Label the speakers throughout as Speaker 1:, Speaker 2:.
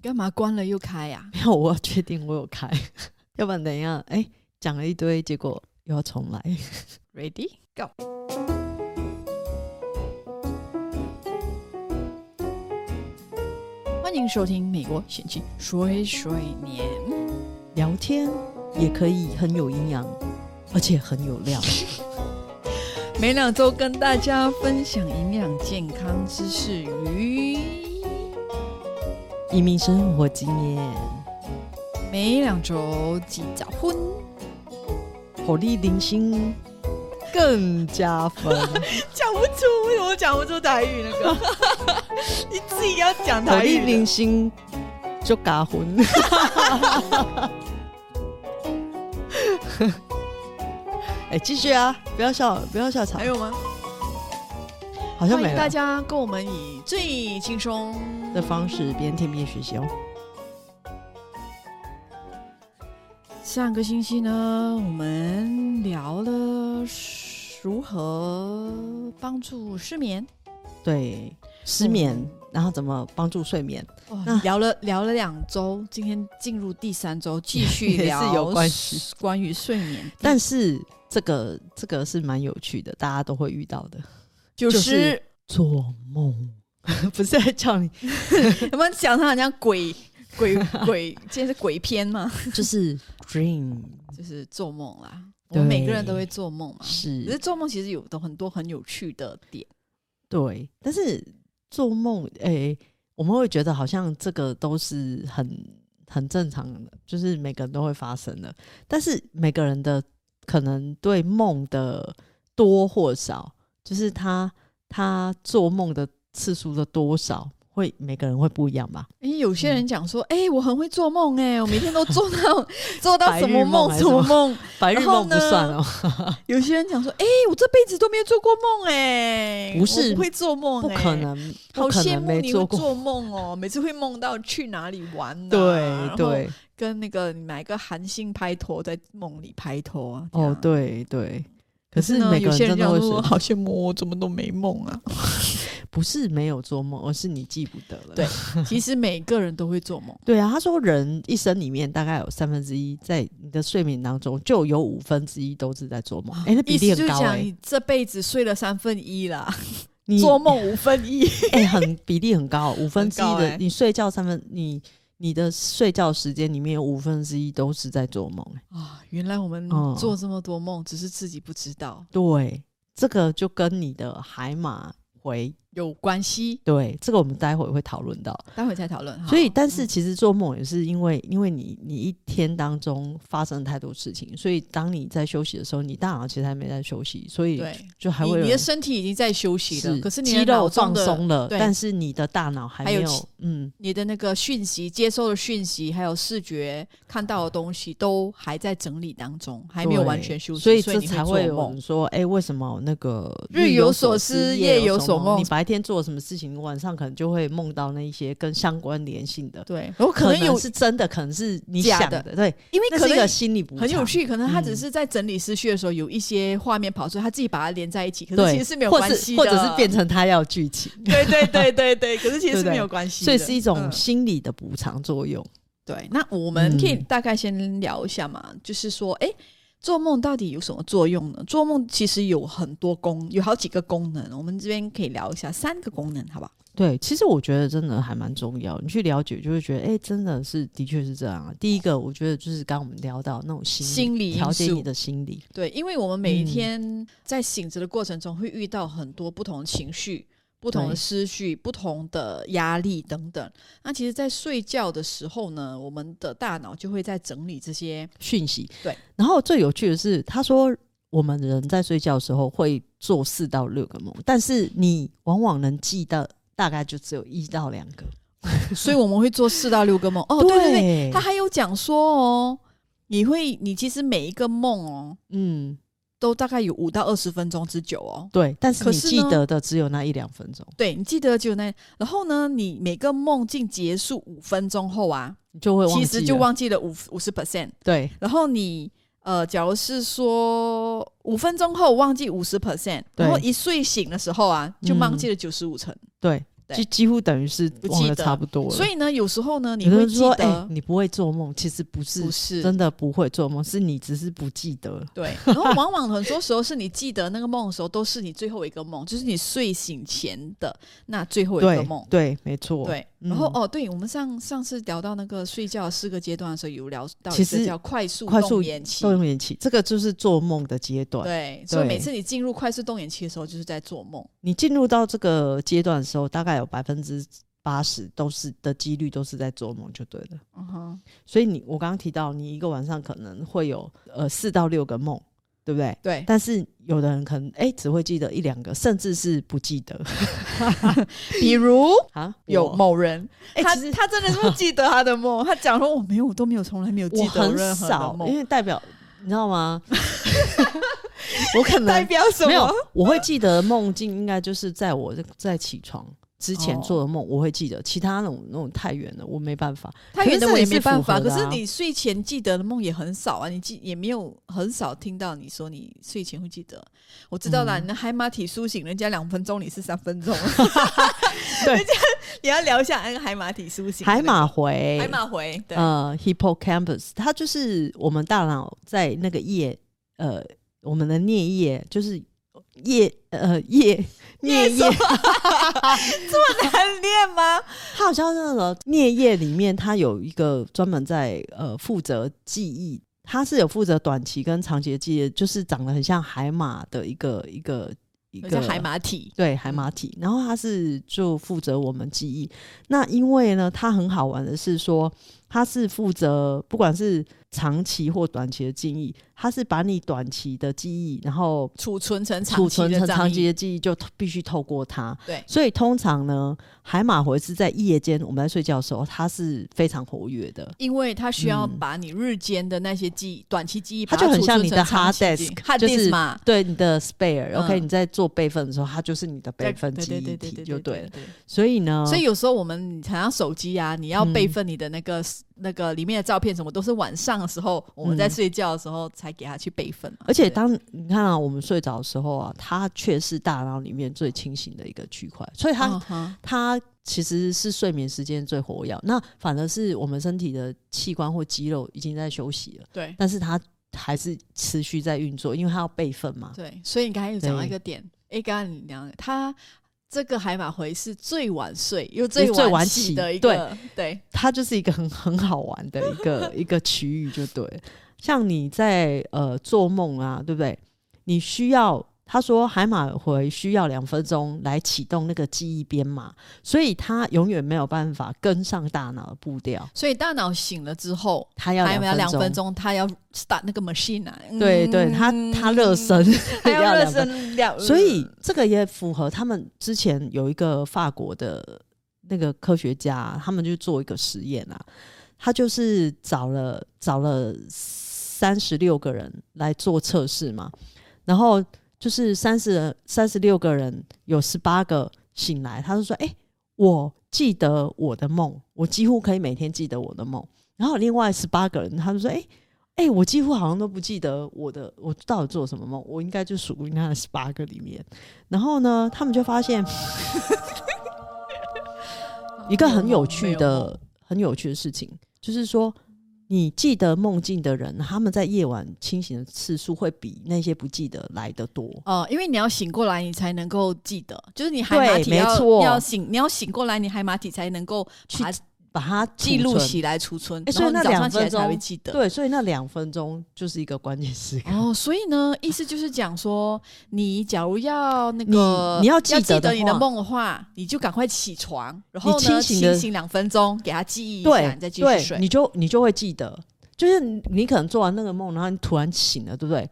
Speaker 1: 干嘛关了又开呀、
Speaker 2: 没有，我要确定我有开， 要不然等一下，哎、讲了一堆，结果又要重来。
Speaker 1: Ready go！欢迎收听《美国选情水水年》，
Speaker 2: 聊天也可以很有营养，而且很有料。
Speaker 1: 每两周跟大家分享营养健康知识与
Speaker 2: 移民生活经验，
Speaker 1: 每两周几早婚，
Speaker 2: 火力零星更加 分。
Speaker 1: 讲不出，为什么讲不出台语那个？ 你自己要讲
Speaker 2: 火
Speaker 1: 台
Speaker 2: 力
Speaker 1: 语
Speaker 2: 零
Speaker 1: 的。
Speaker 2: 星就嘎混。 哎、继续啊！不要笑，不要笑场
Speaker 1: 还，有吗？
Speaker 2: 好像
Speaker 1: 哎欢
Speaker 2: 没
Speaker 1: 迎大
Speaker 2: 了
Speaker 1: 家跟我们以最轻松
Speaker 2: 的方式边听边学习哦。
Speaker 1: 上个星期呢，我们聊了如何帮助失眠，
Speaker 2: 对，失眠，然后怎么帮助睡眠，
Speaker 1: 哇
Speaker 2: 那
Speaker 1: 聊了聊了两周，今天进入第三周，继续
Speaker 2: 也是
Speaker 1: 聊
Speaker 2: 有关系
Speaker 1: 关于睡眠，
Speaker 2: 但是这个这个是蛮有趣的，大家都会遇到的。
Speaker 1: 就
Speaker 2: 就是是做梦 不是在叫 你，
Speaker 1: 有没有想他好像鬼鬼鬼，今天是鬼片吗？
Speaker 2: 就是 dream
Speaker 1: 就是做梦啦，我
Speaker 2: 对
Speaker 1: 们每个人都会做梦嘛。可是
Speaker 2: 是
Speaker 1: 做梦其实有的很多很有趣的点，
Speaker 2: 对，但是做梦诶、我们会觉得好像这个都是很很正常的，就是每个人都会发生的，但是每个人的可能对梦的多或少，就是他他做梦的次数的多少，会每个人会不一样吧？
Speaker 1: 因为有些人讲
Speaker 2: 嗯
Speaker 1: 说，哎、我很会做梦，哎，我每天都做 到做到
Speaker 2: 白
Speaker 1: 什
Speaker 2: 日
Speaker 1: 么梦
Speaker 2: 梦还是
Speaker 1: 什么
Speaker 2: 什
Speaker 1: 梦，
Speaker 2: 白日
Speaker 1: 然后
Speaker 2: 梦不算
Speaker 1: 呢
Speaker 2: 哦，
Speaker 1: 有些人讲说，哎、我这辈子都没有做过梦哎、
Speaker 2: 不是
Speaker 1: 我不会做梦、
Speaker 2: 不
Speaker 1: 哎
Speaker 2: 可，能，不
Speaker 1: 好
Speaker 2: 可
Speaker 1: 羡
Speaker 2: 能
Speaker 1: 慕
Speaker 2: 没
Speaker 1: 你
Speaker 2: 做
Speaker 1: 会
Speaker 2: 过。
Speaker 1: 做梦哦，每次会梦到去哪里玩、啊，
Speaker 2: 对，对，
Speaker 1: 跟那个哪一个韩星拍拖，在梦里拍拖啊，这样
Speaker 2: 哦，。对对。可是
Speaker 1: 呢，
Speaker 2: 每个
Speaker 1: 有
Speaker 2: 人
Speaker 1: 些
Speaker 2: 真
Speaker 1: 人
Speaker 2: 的
Speaker 1: 讲
Speaker 2: 会
Speaker 1: 说
Speaker 2: 说，
Speaker 1: 好羡慕我，怎么都没梦 啊。
Speaker 2: 不是没有做梦，而是你记不得了。
Speaker 1: 对其实每个人都会做梦，
Speaker 2: 对啊，他说人一生里面大概有三分之一在你的睡眠当中，就有五分之一都是在做梦。哎、那
Speaker 1: 啊意
Speaker 2: 比
Speaker 1: 思
Speaker 2: 例
Speaker 1: 就是
Speaker 2: 很高
Speaker 1: 讲
Speaker 2: 哎、
Speaker 1: 你这辈子睡了三分一啦，
Speaker 2: 你
Speaker 1: 做梦五分一。
Speaker 2: 哎、很比例很高，五分之一
Speaker 1: 很
Speaker 2: 的、
Speaker 1: 高哎
Speaker 2: 你睡觉三分，你你的睡觉时间里面有五分之一都是在做梦、哎，
Speaker 1: 啊，原来我们
Speaker 2: 嗯
Speaker 1: 做这么多梦，只是自己不知道
Speaker 2: 对，这个就跟你的海马回
Speaker 1: 有关系，
Speaker 2: 对，这个我们待会会讨论到。
Speaker 1: 待会再讨论。
Speaker 2: 所以，
Speaker 1: 好嗯
Speaker 2: 但是其实做梦也是因为，因为你你一天当中发生了太多事情，所以当你在休息的时候，你大脑其实还没在休息，所以
Speaker 1: 对
Speaker 2: 就还
Speaker 1: 你
Speaker 2: 会有
Speaker 1: 你的
Speaker 2: 人
Speaker 1: 身体已经在休息了，
Speaker 2: 是
Speaker 1: 可是你
Speaker 2: 肌
Speaker 1: 的脑
Speaker 2: 肉
Speaker 1: 中
Speaker 2: 放
Speaker 1: 的
Speaker 2: 松了，
Speaker 1: 对
Speaker 2: 但是你的大脑还
Speaker 1: 还
Speaker 2: 没
Speaker 1: 有
Speaker 2: 有
Speaker 1: 其
Speaker 2: 嗯，
Speaker 1: 你的那个讯息接收的讯息，还有视觉看到的东西，都还在整理当中，还没有
Speaker 2: 对
Speaker 1: 完全休息，所
Speaker 2: 所以这
Speaker 1: 你
Speaker 2: 才
Speaker 1: 会
Speaker 2: 会
Speaker 1: 做
Speaker 2: 有
Speaker 1: 梦
Speaker 2: 人。说，哎，为什么那个
Speaker 1: 日有
Speaker 2: 有
Speaker 1: 所思
Speaker 2: 思，
Speaker 1: 夜有
Speaker 2: 有
Speaker 1: 所
Speaker 2: 梦？
Speaker 1: 梦
Speaker 2: 你白天做了什么事情，晚上可能就会梦到那一些跟相关联性的。
Speaker 1: 对，有可
Speaker 2: 可
Speaker 1: 能有，
Speaker 2: 是真的，可能是你
Speaker 1: 假
Speaker 2: 想
Speaker 1: 的
Speaker 2: 的，对，
Speaker 1: 因为
Speaker 2: 那
Speaker 1: 可
Speaker 2: 是一个
Speaker 1: 能
Speaker 2: 心理补偿。
Speaker 1: 很有趣，可能他只
Speaker 2: 嗯
Speaker 1: 是在整理思绪的时候，有一些画面跑出来，他自己把它连在一起，可是
Speaker 2: 对
Speaker 1: 其实是没有
Speaker 2: 或
Speaker 1: 关
Speaker 2: 是
Speaker 1: 系的，
Speaker 2: 或者是变成他要剧情，
Speaker 1: 对对对对对，可是其实是
Speaker 2: 对不对
Speaker 1: 没有关系的，
Speaker 2: 所以是一种
Speaker 1: 嗯
Speaker 2: 心理的补偿作用。
Speaker 1: 对，那我们可以
Speaker 2: 嗯
Speaker 1: 大概先聊一下嘛，就是说，哎、做梦到底有什么作用呢？做梦其实有很多功，有好几个功能，我们这边可以聊一下三个功能，好不好？
Speaker 2: 对，其实我觉得真的还蛮重要，你去了解就会觉得，哎、真的是的确是这样啊。第一个，我觉得就是刚刚我们聊到那种心理
Speaker 1: 心理因
Speaker 2: 调节
Speaker 1: 素
Speaker 2: 你的心理，
Speaker 1: 对，因为我们每
Speaker 2: 嗯
Speaker 1: 一天在醒着的过程中，会遇到很多不同的情绪、不同的
Speaker 2: 对
Speaker 1: 思绪、不同的压力等等。那其实，在睡觉的时候呢，我们的大脑就会在整理这 些，
Speaker 2: 讯息。
Speaker 1: 对，
Speaker 2: 然后最有趣的是，他说我们人在睡觉的时候会做四到六个梦，但是你往往能记得大概就只有一到两个。
Speaker 1: 所以我们会做四到六个梦。哦，对对对，
Speaker 2: 对
Speaker 1: 他还有讲说哦，你会，你其实每一个梦哦，
Speaker 2: 嗯，
Speaker 1: 都大概有五到二十分钟之久哦。
Speaker 2: 对，但是
Speaker 1: 可
Speaker 2: 你
Speaker 1: 是
Speaker 2: 记
Speaker 1: 呢
Speaker 2: 得的只有那一两分钟，
Speaker 1: 对，你记得就那，然后呢，你每个梦境结束五分钟后啊，
Speaker 2: 你就会忘记
Speaker 1: 其
Speaker 2: 了，
Speaker 1: 实就忘记了五五十 percent。
Speaker 2: 对。
Speaker 1: 然后你呃，假如是说五分钟后忘记五十 percent，然后
Speaker 2: 对嗯
Speaker 1: 一睡醒的时候啊，就忘记了九十五层。
Speaker 2: 对，
Speaker 1: 对
Speaker 2: 就几乎等于是
Speaker 1: 不
Speaker 2: 忘
Speaker 1: 记
Speaker 2: 得
Speaker 1: 得
Speaker 2: 差不多了。
Speaker 1: 所以呢，有时候呢，你
Speaker 2: 有的
Speaker 1: 会
Speaker 2: 人
Speaker 1: 记
Speaker 2: 说，哎、
Speaker 1: 得，
Speaker 2: 你不会做梦，其实不是
Speaker 1: 不是
Speaker 2: 真的不会做梦，是你只是不记得。
Speaker 1: 对，然后往往很多时候是你记得那个梦的时候，都是你最后一个梦，就是你睡醒前的那最后一个
Speaker 2: 对
Speaker 1: 梦。
Speaker 2: 对，没错。，
Speaker 1: 对，然后、
Speaker 2: 嗯
Speaker 1: 哦，对，我们上上次聊到那个睡觉的四个阶段的时候，有聊到
Speaker 2: 其
Speaker 1: 一个
Speaker 2: 实
Speaker 1: 叫快速
Speaker 2: 快速
Speaker 1: 动眼期
Speaker 2: 动。用眼期，这个就是做梦的阶段。
Speaker 1: 对，所以每
Speaker 2: 对
Speaker 1: 次你进入快速动眼期的时候，就是在做梦。
Speaker 2: 你进入到这个阶段的时候，大概有百分之八十都是的几率都是在做梦，就对了。
Speaker 1: 嗯哼，
Speaker 2: 所以你我刚刚提到，你一个晚上可能会有呃四到六个梦，对不对？
Speaker 1: 对，
Speaker 2: 但是有的人可能哎、只会记得一两个，甚至是不记得
Speaker 1: 比如
Speaker 2: 啊。
Speaker 1: 有
Speaker 2: 我
Speaker 1: 某人，
Speaker 2: 哎
Speaker 1: 他
Speaker 2: 其实
Speaker 1: 他真的是不记得他的梦，他讲说我没有，我都没有，从来没有
Speaker 2: 我
Speaker 1: 记得
Speaker 2: 很
Speaker 1: 任何的
Speaker 2: 少，因
Speaker 1: 梦。
Speaker 2: 为代表你知道 吗？ 我可
Speaker 1: 代
Speaker 2: 能
Speaker 1: 表什
Speaker 2: 没有
Speaker 1: 么？，
Speaker 2: 我会记得梦境，应该就是在我在起床之前做的
Speaker 1: 哦
Speaker 2: 梦，我会记得。其他那种那种太远了，我没办法。
Speaker 1: 他远的
Speaker 2: 可是
Speaker 1: 我也
Speaker 2: 这
Speaker 1: 没
Speaker 2: 也是
Speaker 1: 办
Speaker 2: 符
Speaker 1: 法，
Speaker 2: 合
Speaker 1: 可
Speaker 2: 的啊
Speaker 1: 是你睡前记得的梦也很少啊，你记也没有很少听到你说你睡前会记得。我知道啦，
Speaker 2: 嗯
Speaker 1: 你那海马体苏醒，人家两分钟，你是三分钟，
Speaker 2: 对
Speaker 1: 人家你要聊一下那个海马体苏醒，
Speaker 2: 海马回，
Speaker 1: 海马回，对，
Speaker 2: 呃，hippocampus，它就是我们大脑在那个叶，呃，我们的颞叶，就是叶，呃，叶颞
Speaker 1: 什
Speaker 2: 叶
Speaker 1: 么，难念吗？
Speaker 2: 它好像那个颞叶里面，它有一个专门在呃负责记忆，它是有负责短期跟长期的记忆，就是长得很像海马的一个一个一
Speaker 1: 叫
Speaker 2: 个
Speaker 1: 海。马体，
Speaker 2: 对海马体，然后它是就负责我们记忆。那因为呢，它很好玩的是说，它是负责不管是长期或短期的记忆，它是把你短期的记忆，然后
Speaker 1: 储存成长
Speaker 2: 储
Speaker 1: 期
Speaker 2: 存
Speaker 1: 的
Speaker 2: 成
Speaker 1: 障
Speaker 2: 长
Speaker 1: 碍
Speaker 2: 期的记忆，就必须透过它。
Speaker 1: 对
Speaker 2: 所以通常呢，海马回是在夜间我们在睡觉的时候，它是非常活跃的。
Speaker 1: 因为它需要
Speaker 2: 嗯
Speaker 1: 把你日间的那些记忆、短期记忆，
Speaker 2: 它就很像你的 hard disk，
Speaker 1: hard
Speaker 2: 就是
Speaker 1: disk 嘛，
Speaker 2: 对你的 spare，OK，、
Speaker 1: 嗯
Speaker 2: 你在做备份的时候，它就是你的备份
Speaker 1: 对
Speaker 2: 记
Speaker 1: 对
Speaker 2: 忆
Speaker 1: 对对
Speaker 2: 体
Speaker 1: 对
Speaker 2: 就对
Speaker 1: 对
Speaker 2: 了。
Speaker 1: 对。
Speaker 2: 所以呢，
Speaker 1: 所以有时候我们常常手机啊，你要
Speaker 2: 嗯
Speaker 1: 备份你的那个、那个里面的照片什么，都是晚上的时候我们在
Speaker 2: 嗯
Speaker 1: 睡觉的时候才给它去备份嘛。
Speaker 2: 而且
Speaker 1: 对
Speaker 2: 当你看啊，我们睡着的时候啊，它却是大脑里面最清醒的一个区块，所以它、
Speaker 1: 嗯哼
Speaker 2: 它其实是睡眠时间最活跃。那反而是我们身体的器官或肌肉已经在休息了，
Speaker 1: 对
Speaker 2: 但是它还是持续在运作，因为它要备份嘛。
Speaker 1: 对，所以你刚才有讲到
Speaker 2: 对
Speaker 1: 一个点，诶，刚刚你讲它这个海马回是最晚睡又
Speaker 2: 是最
Speaker 1: 晚
Speaker 2: 晚
Speaker 1: 起
Speaker 2: 起
Speaker 1: 的一个，对
Speaker 2: 它就是一个很很好玩的一 个一个区域，就对了。像你在呃做梦啊，对不对？你需要他说海马回需要两分钟来启动那个记忆编码，所以它永远没有办法跟上大脑的步调，
Speaker 1: 所以大脑醒了之后。
Speaker 2: 它要
Speaker 1: 还有两
Speaker 2: 分
Speaker 1: 分。钟，它要 start 那个 machine 啊，
Speaker 2: 对对，它它 热身，
Speaker 1: 还要热
Speaker 2: 两分
Speaker 1: 身两，
Speaker 2: 所以这个也符合他们之前有一个法国的那个科学家，他们就做一个实验啊，他就是找了找了三十六个人来做测试嘛，然后就是三十三十六个人有十八个醒来，他就说：“哎、我记得我的梦，我几乎可以每天记得我的梦。”然后另外十八个人他就说：“哎、哎、我几乎好像都不记得我的我到底做了什么梦，我应该就属于那十八个里面。然后呢，他们就发现
Speaker 1: 嗯
Speaker 2: 一个很有趣的、很有趣的事情，就是说，你记得梦境的人，他们在夜晚清醒的次数会比那些不记得来得多。
Speaker 1: 哦，因为你要醒过来，你才能够记得，就是你海马
Speaker 2: 对
Speaker 1: 体要
Speaker 2: 没错
Speaker 1: 要醒，你要醒过来，你海马体才能够
Speaker 2: 去
Speaker 1: 把它
Speaker 2: 把它储
Speaker 1: 记录
Speaker 2: 存
Speaker 1: 起来、储存，
Speaker 2: 诶
Speaker 1: 然后
Speaker 2: 所以
Speaker 1: 你
Speaker 2: 那
Speaker 1: 早上
Speaker 2: 两
Speaker 1: 起来
Speaker 2: 分
Speaker 1: 才会
Speaker 2: 钟
Speaker 1: 记得。
Speaker 2: 对，所以那两分钟就是一个关键时刻。
Speaker 1: 哦，所以呢，意思就是讲说，你假如要那
Speaker 2: 你
Speaker 1: 个
Speaker 2: 你要
Speaker 1: 要
Speaker 2: 记得的
Speaker 1: 你的
Speaker 2: 话
Speaker 1: 梦的话，你就赶快起床，然后呢，
Speaker 2: 你清醒的
Speaker 1: 醒两分钟，给它记忆一下，
Speaker 2: 对，
Speaker 1: 你再继续
Speaker 2: 对
Speaker 1: 睡。
Speaker 2: 你就你就会记得，就是你你可能做完那个梦，然后你突然醒了，对不对？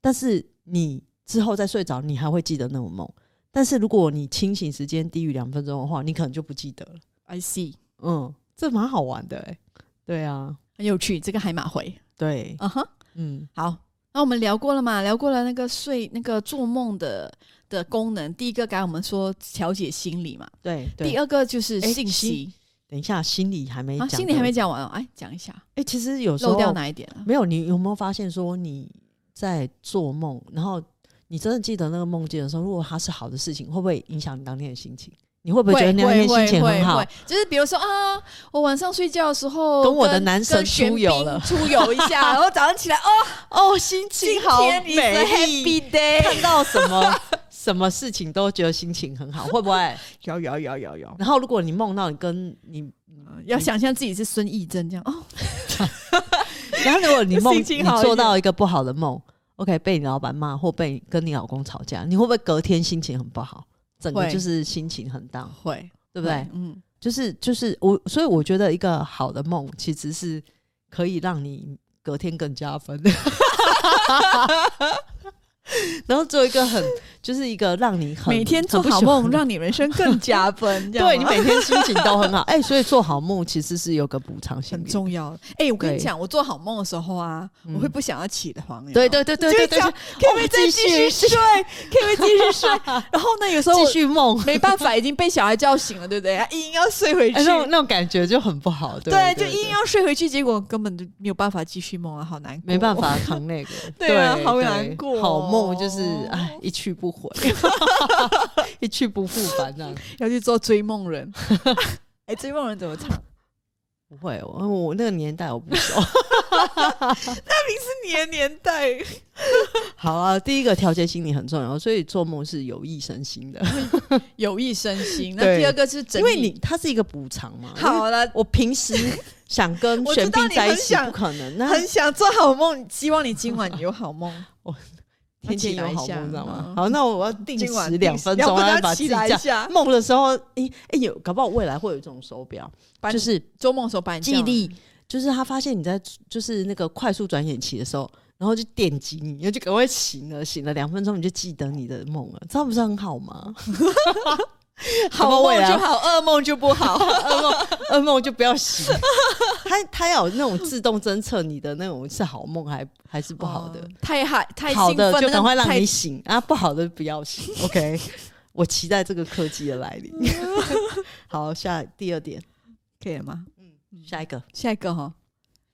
Speaker 2: 但是你之后再睡着，你还会记得那个梦。但是如果你清醒时间低于两分钟的话，你可能就不记得了。
Speaker 1: I see，
Speaker 2: 嗯，这蛮好玩的、欸，对啊，
Speaker 1: 很有趣，这个海马回，
Speaker 2: 对，
Speaker 1: 嗯哼。
Speaker 2: 嗯，
Speaker 1: 好，那我们聊过了嘛？聊过了那个睡、那个做梦的的功能。第一个，刚才我们说调节心理嘛。
Speaker 2: 对
Speaker 1: 第
Speaker 2: 对。
Speaker 1: 二个就是
Speaker 2: 诶
Speaker 1: 信息
Speaker 2: 等一下，心里还没
Speaker 1: 啊，
Speaker 2: 讲的，
Speaker 1: 心理还没讲完哦。哎，讲一下，
Speaker 2: 哎、其实有时候
Speaker 1: 漏掉哪一点了？啊
Speaker 2: 没有，你有没有发现说你在做梦，然后你真的记得那个梦境的时候，如果它是好的事情，会不会影响你当天的心情？你会不会觉得那天心情很好？
Speaker 1: 就是比如说啊，我晚上睡觉的时候
Speaker 2: 跟我的男神
Speaker 1: 跟玄
Speaker 2: 出游
Speaker 1: 彬
Speaker 2: 了
Speaker 1: 出游一 下，然后早上起来哦，
Speaker 2: 哦，心
Speaker 1: 今
Speaker 2: 情好
Speaker 1: 天你是
Speaker 2: 美丽，
Speaker 1: happy day，
Speaker 2: 看到什么什么事情都觉得心情很好，会不会？
Speaker 1: 有有有有有，
Speaker 2: 然后如果你梦到你跟你，
Speaker 1: 要想象自己是孙艺珍这样哦，
Speaker 2: 然后如果你梦
Speaker 1: 心
Speaker 2: 你
Speaker 1: 情好一点
Speaker 2: 做到一个不好的梦，OK，被你老板骂或被跟你老公吵架，你会不会隔天心情很不好？整个
Speaker 1: 会
Speaker 2: 就是心情很 down，
Speaker 1: 会
Speaker 2: 对不对？？
Speaker 1: 嗯，
Speaker 2: 就是就是我，所以我觉得一个好的梦其实是可以让你隔天更加分的。然后做一个很，就是一个让你很
Speaker 1: 每天做好梦，让你人生更加 分，这
Speaker 2: 很不
Speaker 1: 样
Speaker 2: 喜欢
Speaker 1: 吗
Speaker 2: 对你每天心情都很好。哎、所以做好梦其实是有个补偿心
Speaker 1: 很
Speaker 2: 理。
Speaker 1: 重要。哎、我跟你
Speaker 2: 对
Speaker 1: 讲，我做好梦的时候啊，
Speaker 2: 嗯
Speaker 1: 我会不想要起的床。有没有
Speaker 2: 对对对对对对，
Speaker 1: 就会
Speaker 2: 对
Speaker 1: 可不可以再继续睡？可不可以继续睡？然后呢，有时候
Speaker 2: 继
Speaker 1: 我
Speaker 2: 续梦，
Speaker 1: 没办法，已经被小孩叫醒了，对不对？他硬要睡回去
Speaker 2: 哎，那种那种感觉就很不好。对
Speaker 1: 对，
Speaker 2: 对，
Speaker 1: 就
Speaker 2: 对
Speaker 1: 硬要睡回去，结果根本就没有办法继续梦啊，好难过，
Speaker 2: 没办。法扛那个，
Speaker 1: 对啊好
Speaker 2: 对
Speaker 1: 难过哦
Speaker 2: 好梦就是哎，一去不回， 一去不复返这样。
Speaker 1: 要去做追梦 人。哎，追梦人怎么唱？
Speaker 2: 不会，我我那个年代我不熟。
Speaker 1: 是你的年代，
Speaker 2: 好啊，第一个调节心理很重要，所以做梦是有益身 心的，
Speaker 1: 有益身心。那
Speaker 2: 对
Speaker 1: 第二个是整
Speaker 2: 因为
Speaker 1: 理
Speaker 2: 你它是一嗯个补偿嘛。因为
Speaker 1: 好了。
Speaker 2: 我平时想跟
Speaker 1: 我
Speaker 2: 玄
Speaker 1: 知道
Speaker 2: 彬
Speaker 1: 你
Speaker 2: 在一
Speaker 1: 很
Speaker 2: 起
Speaker 1: 想
Speaker 2: 不可能，那
Speaker 1: 很想做好梦，希望你今晚有好 梦。
Speaker 2: 天天有好
Speaker 1: 起来一下
Speaker 2: 梦，知道吗？
Speaker 1: 嗯
Speaker 2: 好，那我要定
Speaker 1: 今晚
Speaker 2: 时两分钟，
Speaker 1: 要
Speaker 2: 然
Speaker 1: 不
Speaker 2: 后把
Speaker 1: 要
Speaker 2: 自
Speaker 1: 起
Speaker 2: 己
Speaker 1: 来
Speaker 2: 叫
Speaker 1: 一下？
Speaker 2: 梦的时候，哎、哎、有，搞不好未来会有一种手表，
Speaker 1: 把
Speaker 2: 就
Speaker 1: 你
Speaker 2: 是
Speaker 1: 做梦的时候把你
Speaker 2: 记
Speaker 1: 叫
Speaker 2: 忆力，就是他发现你在就是那个快速转眼期的时候，然后就电击你，然后就赶快醒了，醒了两分钟你就记得你的梦了，这样不是很好吗？
Speaker 1: 好
Speaker 2: 搞不好
Speaker 1: 梦
Speaker 2: 未来
Speaker 1: 就好，噩梦就不好。
Speaker 2: 噩梦，噩梦就不要醒。他他要有那种自动侦测你的那种是好梦还还是不好的，
Speaker 1: 哦太嗨太
Speaker 2: 好
Speaker 1: 兴奋，
Speaker 2: 的
Speaker 1: 那
Speaker 2: 就
Speaker 1: 个
Speaker 2: 赶快让
Speaker 1: 太
Speaker 2: 你醒啊，不好的不要醒。OK，我 期待这个科技的来临。 好，下第二点，
Speaker 1: 可以了吗？
Speaker 2: 下一个，
Speaker 1: 嗯下一个哈、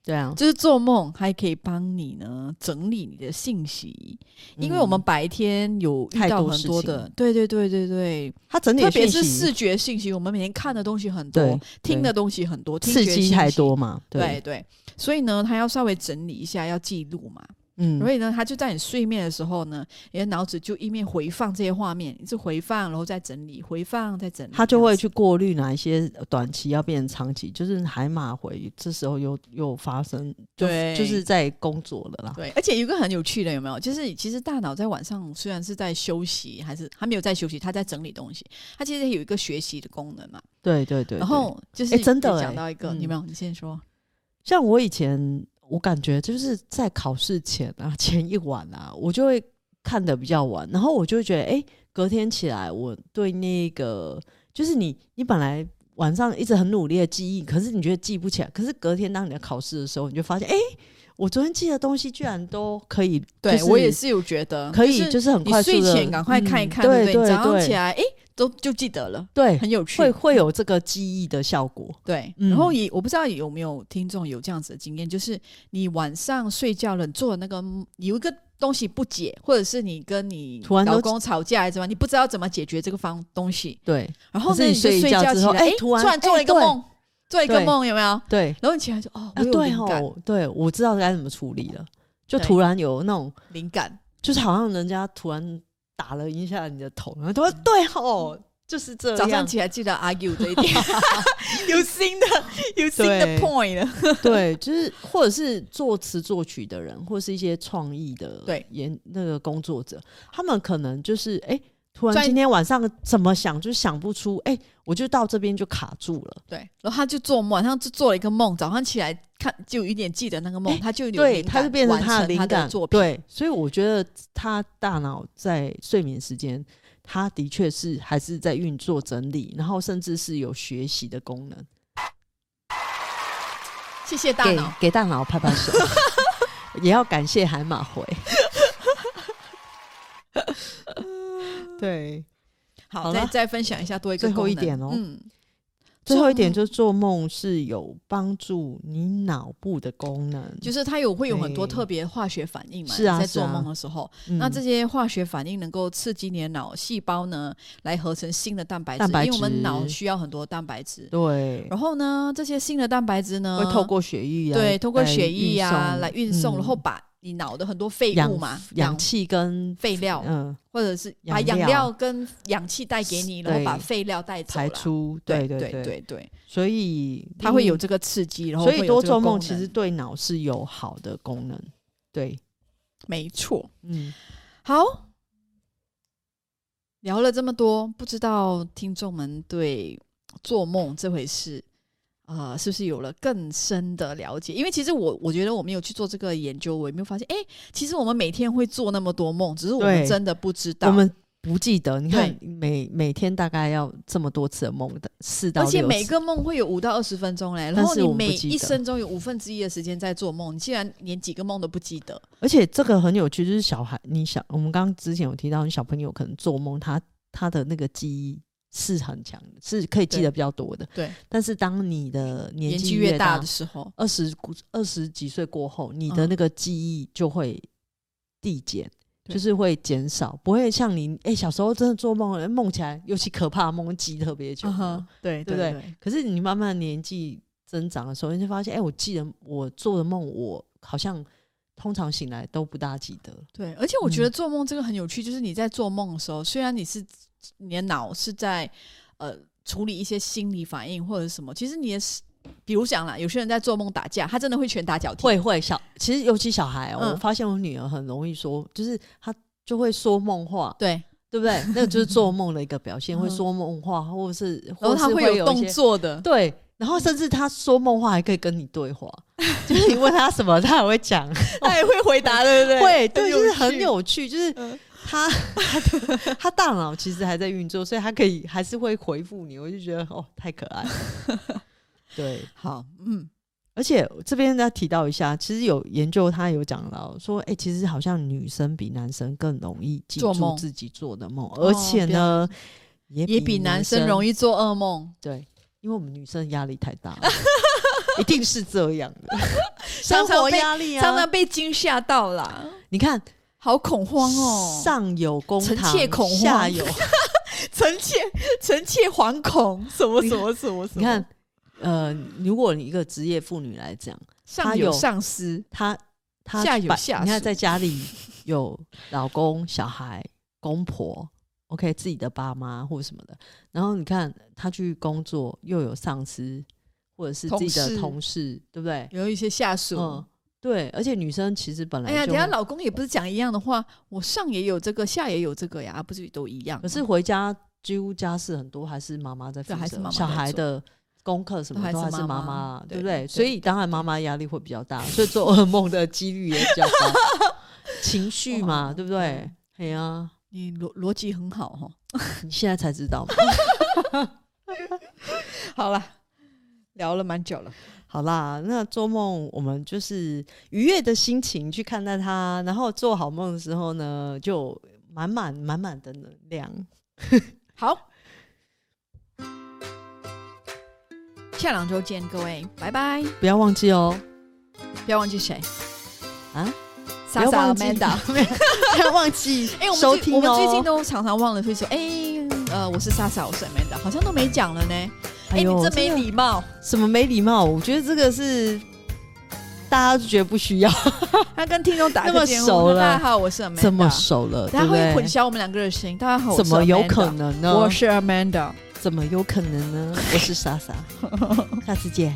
Speaker 2: 对啊，
Speaker 1: 就是做梦还可以帮你呢整理你的信息，因为我们白天有遇
Speaker 2: 太
Speaker 1: 到
Speaker 2: 多
Speaker 1: 很
Speaker 2: 事
Speaker 1: 嗯多的，对对对对对，
Speaker 2: 他整体
Speaker 1: 特别是
Speaker 2: 讯息
Speaker 1: 视觉信息，我们每天看的东西很多
Speaker 2: 对，
Speaker 1: 听的东西很多，听
Speaker 2: 刺
Speaker 1: 觉信
Speaker 2: 激
Speaker 1: 息
Speaker 2: 太，多嘛，
Speaker 1: 对，对，所以呢，他要稍微整理一下，要记录嘛，
Speaker 2: 嗯，
Speaker 1: 所以呢，他就在你睡眠的时候呢，你的脑子就一面回放这些画面，一直回放，然后再整理，回放再整理，
Speaker 2: 他就
Speaker 1: 这
Speaker 2: 会
Speaker 1: 样子
Speaker 2: 去过滤哪一些短期要变成长期，就是海马回这时候又又发生，就
Speaker 1: 对
Speaker 2: 就是在工作了啦。
Speaker 1: 对，而且有一个很有趣的，有没有？就是其实大脑在晚上虽然是在休息，还是它没有在休息，它在整理东西，它其实有一个学习的功能嘛。
Speaker 2: 对对对对
Speaker 1: 然后就是
Speaker 2: 诶真的
Speaker 1: 有
Speaker 2: 诶
Speaker 1: 讲到一个，
Speaker 2: 嗯
Speaker 1: 有没有？你先说。
Speaker 2: 像我以前，我感觉就是在考试前啊， 前一晚啊，我就会看的比较晚，然后我就会觉得，哎、隔天起来，我对那个就是你，你本来晚上一直很努力的记忆，可是你觉得记不起来，可是隔天当你在考试的时候，你就发现，哎、我昨天记的东西居然都可以，
Speaker 1: 对、
Speaker 2: 就
Speaker 1: 我也是有觉得，
Speaker 2: 可以，
Speaker 1: 就
Speaker 2: 就是很
Speaker 1: 你
Speaker 2: 快速
Speaker 1: 睡
Speaker 2: 地
Speaker 1: 前赶快看一
Speaker 2: 嗯
Speaker 1: 看，
Speaker 2: 对
Speaker 1: 对不对？你早上
Speaker 2: 对
Speaker 1: 起来，诶，都就记得了，
Speaker 2: 对，
Speaker 1: 很有趣。
Speaker 2: 会会有这个记忆的效果。
Speaker 1: 对，
Speaker 2: 嗯
Speaker 1: 然后也我不知道有没有听众有这样子的经验，就是你晚上睡觉了，你做的那个梦有一个东西不解，或者是你跟你
Speaker 2: 突然都
Speaker 1: 老公吵架还是怎么样，你不知道怎么解决这个方东西，
Speaker 2: 对
Speaker 1: 然后呢
Speaker 2: 可是你
Speaker 1: 就
Speaker 2: 睡一
Speaker 1: 睡
Speaker 2: 觉
Speaker 1: 觉
Speaker 2: 之
Speaker 1: 起
Speaker 2: 后
Speaker 1: 来，
Speaker 2: 哎
Speaker 1: 诶
Speaker 2: 突然
Speaker 1: 突然做了一个
Speaker 2: 哎对
Speaker 1: 梦，做了一个
Speaker 2: 对
Speaker 1: 梦有没有？
Speaker 2: 对
Speaker 1: 然后你起来就哦，我
Speaker 2: 啊，
Speaker 1: 有
Speaker 2: 对
Speaker 1: 灵感，
Speaker 2: 哦，对，我知道该怎么处理了，就
Speaker 1: 对
Speaker 2: 突然有那种。
Speaker 1: 灵感，
Speaker 2: 就是好像人家突然打了一下你的头，然后他说：“对哦，就是这样。”
Speaker 1: 早嗯上起来记得 argue 这一 点，有新的有新的
Speaker 2: 对
Speaker 1: point 了，
Speaker 2: 对，就是或者是作词作曲的人，或是一些创意的
Speaker 1: 对
Speaker 2: 演那个工作者，他们可能就是哎、诶突然
Speaker 1: 专
Speaker 2: 今天晚上怎么想就想不出，哎、我就到这边就卡住了。
Speaker 1: 对，然后他就做梦，晚上就做了一个梦，早上起来看就有一点记得那个梦，
Speaker 2: 哎
Speaker 1: 他就有
Speaker 2: 对，
Speaker 1: 灵
Speaker 2: 他就
Speaker 1: 感
Speaker 2: 变成
Speaker 1: 完
Speaker 2: 他的
Speaker 1: 成
Speaker 2: 灵
Speaker 1: 他
Speaker 2: 感
Speaker 1: 作品，
Speaker 2: 对，所以我觉得他大脑在睡眠时间，他的确是还是在运作整理，然后甚至是有学习的功能。
Speaker 1: 谢谢大
Speaker 2: 给
Speaker 1: 脑。
Speaker 2: 给大脑拍拍 手， 也要感谢海马回。对，
Speaker 1: 好，
Speaker 2: 好
Speaker 1: 再
Speaker 2: 了
Speaker 1: 再分享一下多一个
Speaker 2: 最后
Speaker 1: 功
Speaker 2: 一
Speaker 1: 能
Speaker 2: 点哦
Speaker 1: 嗯，
Speaker 2: 最后一点
Speaker 1: 做
Speaker 2: 就是做梦是有帮助你脑部的功能，
Speaker 1: 就是它有会有很多
Speaker 2: 对
Speaker 1: 特别化学反应嘛，
Speaker 2: 是啊
Speaker 1: 你在
Speaker 2: 是
Speaker 1: 做
Speaker 2: 啊
Speaker 1: 梦的时候，
Speaker 2: 嗯
Speaker 1: 那这些化学反应能够刺激你的脑细胞呢，来合成新的蛋白质，
Speaker 2: 蛋白
Speaker 1: 因为我们
Speaker 2: 质
Speaker 1: 脑需要很多蛋白质。
Speaker 2: 对
Speaker 1: 然后呢，这些新的蛋白质呢，
Speaker 2: 会透过血液啊来
Speaker 1: 呃对透过血液啊来
Speaker 2: 来
Speaker 1: 运送，
Speaker 2: 嗯
Speaker 1: 然后把你脑的很多废
Speaker 2: 氧
Speaker 1: 物嘛，
Speaker 2: 氧气跟
Speaker 1: 废料，
Speaker 2: 嗯
Speaker 1: 或者是把
Speaker 2: 养
Speaker 1: 养
Speaker 2: 料
Speaker 1: 料跟氧气带给你，
Speaker 2: 对
Speaker 1: 然后把废料带走
Speaker 2: 排
Speaker 1: 了。
Speaker 2: 出，
Speaker 1: 对
Speaker 2: 对
Speaker 1: 对
Speaker 2: 对，
Speaker 1: 对对，
Speaker 2: 所以
Speaker 1: 它会有这个刺激，然后
Speaker 2: 嗯所
Speaker 1: 会
Speaker 2: 以
Speaker 1: 有
Speaker 2: 多
Speaker 1: 这个
Speaker 2: 做梦
Speaker 1: 功
Speaker 2: 其实
Speaker 1: 能
Speaker 2: 对脑是有好的功能，对，
Speaker 1: 没错。
Speaker 2: 嗯，
Speaker 1: 好，聊了这么多，不知道听众们对做梦这回事，呃，是不是有了更深的了解？因为其实我我觉得我没有去做这个研究，我也没有发现，哎、其实我们每天会做那么多梦，只是我们
Speaker 2: 对
Speaker 1: 真的不知道。
Speaker 2: 我们不记得，你看
Speaker 1: 对
Speaker 2: 每每天大概要这么多次的梦的四到
Speaker 1: 而
Speaker 2: 六次，
Speaker 1: 且每个梦会有五到二十分钟嘞，然
Speaker 2: 但
Speaker 1: 后
Speaker 2: 是
Speaker 1: 你
Speaker 2: 我们不
Speaker 1: 每
Speaker 2: 记
Speaker 1: 一
Speaker 2: 得
Speaker 1: 生中有五分之一的时间在做梦，你竟然连几个梦都不记得，
Speaker 2: 而且这个很有趣，就是小孩，你小我们刚刚之前有提到，你小朋友可能做梦，他他的那个记忆是很强的，是可以记
Speaker 1: 对
Speaker 2: 得比较多的。
Speaker 1: 对，
Speaker 2: 但是当你的年
Speaker 1: 年
Speaker 2: 纪
Speaker 1: 纪
Speaker 2: 越
Speaker 1: 越大的，时候，
Speaker 2: 二十二十几岁过后，你的
Speaker 1: 嗯
Speaker 2: 那个记忆就会递减。
Speaker 1: 对
Speaker 2: 就是会减少，不会像你哎、小时候真的做梦，哎梦起来，尤其可怕的梦记特别久。
Speaker 1: 嗯哼，对
Speaker 2: 对不
Speaker 1: 对
Speaker 2: 对可是你慢慢年纪增长的时候，你就发现，哎、我记得我做的梦，我好像通常醒来都不大记得了。
Speaker 1: 对，而且我觉得
Speaker 2: 嗯
Speaker 1: 做梦这个很有趣，就是你在做梦的时候，虽然你是你的脑是在呃处理一些心理反应或者什么，其实你的是比如讲啦，有些人在做梦打架，他真的会拳打脚踢，
Speaker 2: 会会小，其实尤其小孩、哦，我
Speaker 1: 嗯
Speaker 2: 发现我女儿很容易说，就是她就会说梦话，
Speaker 1: 对，
Speaker 2: 对不对？那个就是做梦的一个表现，
Speaker 1: 嗯
Speaker 2: 会说梦话，或者是
Speaker 1: 然后
Speaker 2: 或
Speaker 1: 他
Speaker 2: 是
Speaker 1: 会
Speaker 2: 有一
Speaker 1: 动
Speaker 2: 些，
Speaker 1: 作的，
Speaker 2: 对。然后甚至她说梦话还可以跟你对话，就是你问她什么，她还会讲，
Speaker 1: 他也会回答， 对不对？
Speaker 2: 会对，
Speaker 1: 有
Speaker 2: 就是很
Speaker 1: 趣
Speaker 2: 有趣，就是
Speaker 1: 嗯
Speaker 2: 他 他的他大脑其实还在运作，所以他可以还是会回复你，我就觉得哦，太可 爱了。对，
Speaker 1: 好，嗯，
Speaker 2: 而且这边要提到一下，其实有研究，他有讲到说，哎、其实好像女生比男生更容易记
Speaker 1: 做
Speaker 2: 住
Speaker 1: 梦哦
Speaker 2: 自己做的梦，而且呢，也
Speaker 1: 也比男生容
Speaker 2: 易
Speaker 1: 易做噩梦，
Speaker 2: 对，因为我们女生压力太大 了，一定是这样的，
Speaker 1: 常
Speaker 2: 生
Speaker 1: 常
Speaker 2: 活
Speaker 1: 被
Speaker 2: 压力
Speaker 1: 常
Speaker 2: 啊
Speaker 1: 常，被惊吓到啦，
Speaker 2: 你看
Speaker 1: 好恐慌哦，
Speaker 2: 上有公
Speaker 1: 臣
Speaker 2: 堂
Speaker 1: 妾，恐慌
Speaker 2: 下 有
Speaker 1: 臣妾臣妾惶恐，什么什么什么什么，
Speaker 2: 你看，呃，如果你一个职业妇女来讲，
Speaker 1: 上
Speaker 2: 他
Speaker 1: 有
Speaker 2: 有
Speaker 1: 上司，
Speaker 2: 她她
Speaker 1: 下有
Speaker 2: 把
Speaker 1: 下
Speaker 2: 你看
Speaker 1: 属
Speaker 2: 在家里有老公、小孩、公婆，OK，自己的爸妈或者什么的，然后你看她去工作，又有上司或者是自己的
Speaker 1: 同事
Speaker 2: 同事，对不对？
Speaker 1: 有一些下属，
Speaker 2: 嗯，对，而且女生其实本来
Speaker 1: 哎呀，
Speaker 2: 就
Speaker 1: 等下老公也不是讲一样的话，我上也有这个，下也有这个呀，不是都一样吗？
Speaker 2: 可是回家几乎家事很多还是妈妈在负
Speaker 1: 对还是
Speaker 2: 责，
Speaker 1: 妈妈
Speaker 2: 小
Speaker 1: 在
Speaker 2: 孩
Speaker 1: 做
Speaker 2: 的功课什么
Speaker 1: 都
Speaker 2: 都
Speaker 1: 还
Speaker 2: 还
Speaker 1: 是
Speaker 2: 是
Speaker 1: 妈
Speaker 2: 妈
Speaker 1: 妈
Speaker 2: 妈，对不
Speaker 1: 对
Speaker 2: 对？
Speaker 1: 对
Speaker 2: 所以当然妈妈压力会比较大，所以做噩梦的几率也比较高，情绪 嘛，
Speaker 1: 哇
Speaker 2: 对不对
Speaker 1: 嗯？
Speaker 2: 哎呀，
Speaker 1: 你逻逻辑很好 哈、
Speaker 2: 你现在才知道嘛。
Speaker 1: 好了，聊了蛮久了，
Speaker 2: 好啦，那做梦我们就是愉悦的心情去看待它，然后做好梦的时候呢，就满满满满的能量。
Speaker 1: 好，下两周见，各位，拜拜！
Speaker 2: 不要忘记哦，
Speaker 1: 不要忘记谁
Speaker 2: 啊？不
Speaker 1: 莎
Speaker 2: 要
Speaker 1: 莎
Speaker 2: 忘记
Speaker 1: Amanda。
Speaker 2: 不要忘记
Speaker 1: 哎、我
Speaker 2: 收
Speaker 1: 们最
Speaker 2: 听
Speaker 1: 我
Speaker 2: 哦。
Speaker 1: 们最近都常常忘了会说，哎、呃，我是莎莎，我是 Amanda，好像都没讲了呢。哎、
Speaker 2: 哎
Speaker 1: 你
Speaker 2: 呦
Speaker 1: 真没
Speaker 2: 个
Speaker 1: 礼貌。
Speaker 2: 什么没礼貌？我觉得这个是大家都觉得不需要，
Speaker 1: 他跟听众打
Speaker 2: 那
Speaker 1: 个
Speaker 2: 么
Speaker 1: 招呼
Speaker 2: 熟了
Speaker 1: 大家好，我是 Amanda。
Speaker 2: 这么熟了，
Speaker 1: 大家
Speaker 2: 对
Speaker 1: 会
Speaker 2: 不对
Speaker 1: 混淆我们两个人的声音。大家好，我是
Speaker 2: 怎么有
Speaker 1: Amanda
Speaker 2: 可能呢？
Speaker 1: 我是 Amanda。
Speaker 2: 怎么有可能呢？我是莎莎，下次见，